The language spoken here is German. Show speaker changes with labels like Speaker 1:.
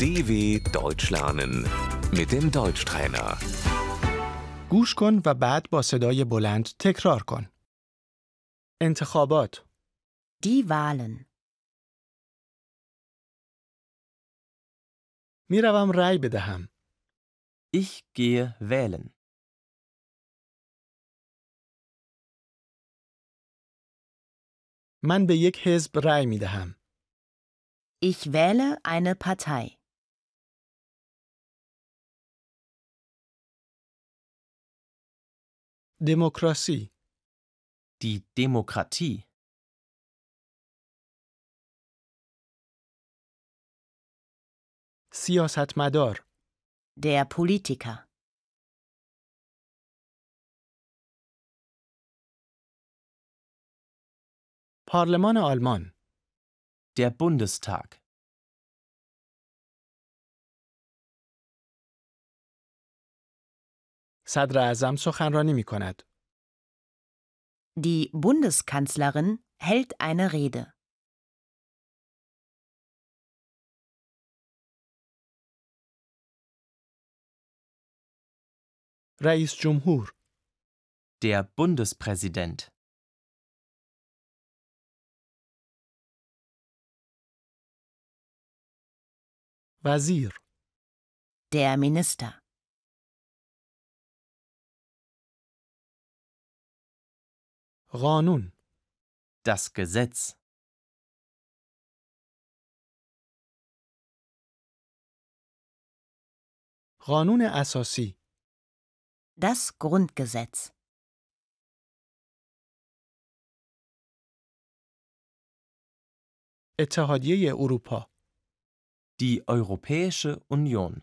Speaker 1: DW Deutsch lernen mit dem Deutschtrainer.
Speaker 2: گوش کن و بعد با صدای بلند تکرار کن. انتخابات،
Speaker 3: Die Wahlen.
Speaker 2: میروم رأی بدهم.
Speaker 4: Ich gehe wählen.
Speaker 2: من به یک حزب رأی می دهم.
Speaker 3: Ich wähle eine Partei.
Speaker 2: دموکراسی،
Speaker 4: Die Demokratie.
Speaker 2: سیاستمدار،
Speaker 3: Der Politiker.
Speaker 2: پارلمان آلمان،
Speaker 4: Der Bundestag.
Speaker 2: صدر سخنرانی می کند.
Speaker 3: Die Bundeskanzlerin hält eine Rede.
Speaker 2: رئیس جمهور،
Speaker 4: Der Bundespräsident.
Speaker 2: وزیر،
Speaker 3: Der Minister.
Speaker 2: قانون،
Speaker 4: Das Gesetz.
Speaker 2: قانون اساسی،
Speaker 3: Das Grundgesetz.
Speaker 2: اتحادیه اروپا،
Speaker 4: Die Europäische Union.